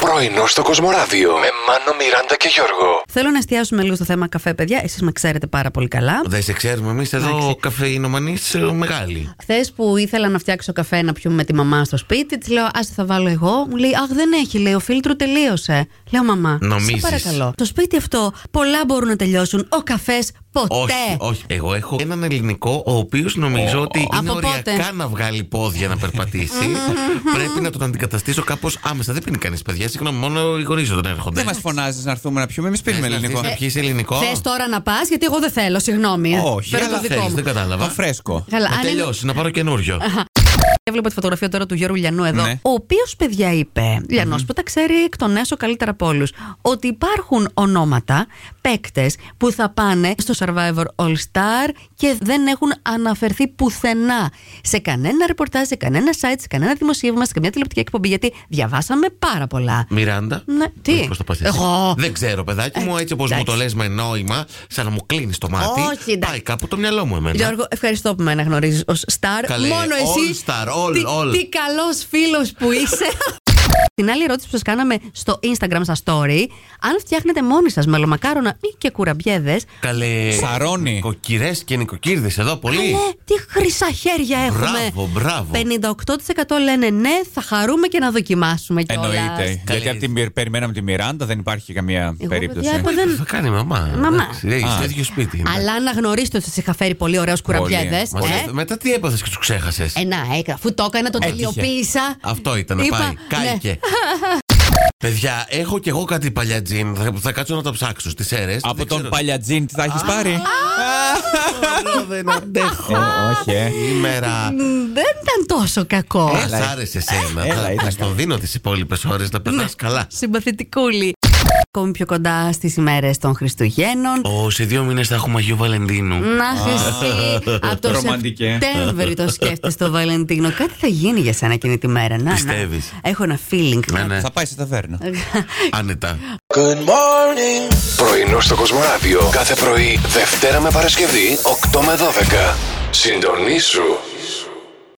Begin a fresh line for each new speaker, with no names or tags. Πρωινό στο Κοσμοράδιο με Μάνο, Μιράντα και Γιώργο.
Θέλω να εστιάσουμε λίγο στο θέμα καφέ, παιδιά. Εσείς με ξέρετε πάρα πολύ καλά.
Δεν σε ξέρουμε εμείς εδώ καφεϊνομανεί ε, μεγάλη.
Χθες που ήθελα να φτιάξω καφέ να πιούμε με τη μαμά στο σπίτι, της λέω Α, θα βάλω εγώ. Μου λέει Αχ, δεν έχει, λέει, ο φίλτρο τελείωσε. Λέω Μαμά,
Νομίζεις.
σε παρακαλώ. Το σπίτι αυτό πολλά μπορούν να τελειώσουν. Ο καφές ποτέ.
Όχι, όχι. Εγώ έχω έναν ελληνικό ο οποίος νομίζω ότι είναι
Από πότε?
ωριακά να βγάλει πόδια να περπατήσει. Πρέπει να τον αντικαταστήσω κάπως άμεσα. Δεν πίνει κανείς, παιδιά. Συγγνώμη, μόνο οι γονείς όταν έρχονται.
Δεν λοιπόν. μα φωνάζεις να έρθουμε να πιούμε. Εμείς
Θες
πίνουμε
Ναι.
Ε,
να
ελληνικό.
έρθεις
Ε,
να πιεις ελληνικό.
Θες τώρα να πας, γιατί εγώ δεν θέλω, συγγνώμη. ε.
Όχι,
Φέρε
αλλά
το δικό
Θέλεις,
μου.
δεν
Το
κατάλαβα.
φρέσκο.
Καλά,
Να
αν είναι- Ε,
τελειώσει, να πάρω καινούριο.
Έβλεπα τη φωτογραφία τώρα του Γιώργου Λιανού εδώ.
Ναι.
Ο οποίος, παιδιά, είπε, Λιανός που τα ξέρει εκ των έσω καλύτερα από όλους, ότι υπάρχουν ονόματα, παίκτες που θα πάνε στο Survivor All Star και δεν έχουν αναφερθεί πουθενά σε κανένα ρεπορτάζ, σε κανένα site, σε κανένα δημοσίευμα, σε καμιά τηλεοπτική εκπομπή. Γιατί διαβάσαμε πάρα πολλά.
Μιράντα.
Ναι, τι?
Μήπως το πας εσύ.
Εγώ. Ε,
Δεν ξέρω, παιδάκι μου, έτσι όπως μου
εντάξει.
το λες με νόημα, σαν να μου κλείνεις το μάτι.
Όχι, εντάξει.
Πάει κάπου το μυαλό μου εμένα.
Γιώργο, ευχαριστώ που με αναγνωρίζεις ως star.
Καλέ,
Μόνο εσύ.
all star, all,
τι
all.
τι καλός φίλος που είσαι. Την άλλη ερώτηση που σας κάναμε στο Instagram στα story, αν φτιάχνετε μόνοι σας μελομακάρονα ή και κουραμπιέδες,
Καλέ.
Σαρώνει.
Νοικοκυρέ και νοικοκύρδες εδώ πολύ.
καλέ, τι χρυσά χέρια έχουμε.
Ε. Μπράβο, μπράβο.
58% λένε ναι, θα χαρούμε και να δοκιμάσουμε κιόλας.
Εννοείται.
Καλή.
Γιατί από την πε- περιμέναμε τη Μιράντα δεν υπάρχει καμία
Εγώ, παιδιά,
περίπτωση.
είπα,
Τι
δεν...
θα κάνει η μαμά.
Μαμά.
Εντάξει, ρε, Έχεις
Α.
τέτοιο σπίτι. ναι.
Αλλά να γνωρίσετε ότι σας είχα φέρει πολύ ωραίους κουραμπιέδες.
Μας
Μα δε- Μετά τι έπαθες και τους ξέχασες.
Ε, να, ε, αφού το έκανα, το
Έτυχε.
τελειοποίησα.
Αυτό ήταν,
Είπα,
πάει.
ναι.
Κάηκε. Παιδιά, έχω κι εγώ κάτι παλιά τζιν. Θα, θα κάτσω να τα ψάξω στις αίρες.
Από τον παλιατζίν τι θα έχεις πάρει.
Δεν αντέχω.
Ε, Όχι, ε.
Σήμερα.
Μ, Δεν ήταν τόσο κακό.
Μα άρεσε εσένα.
Έλα,
Θα-
ήταν
Θα στον δίνω τις υπόλοιπες ώρες να περνάς καλά.
Συμπαθητικούλη. Ακόμη πιο κοντά στις ημέρες των Χριστουγέννων.
Ω, σε δύο μήνες θα έχουμε Αγίου Βαλεντίνου.
Να εσύ, από το
Ρομαντικέ.
Σεπτέμβρη το σκέφτεσαι το Βαλεντίνο. Κάτι θα γίνει για σένα εκείνη τη μέρα. Να, να.
Πιστεύεις.
Έχω ένα feeling.
Ναι, ναι.
Θα πάει σε ταβέρνα.
Άνετα.
Πρωινό στο Κοσμοράδιο κάθε πρωί, Δευτέρα με Παρασκευή, 8 με 12. Συντονίσου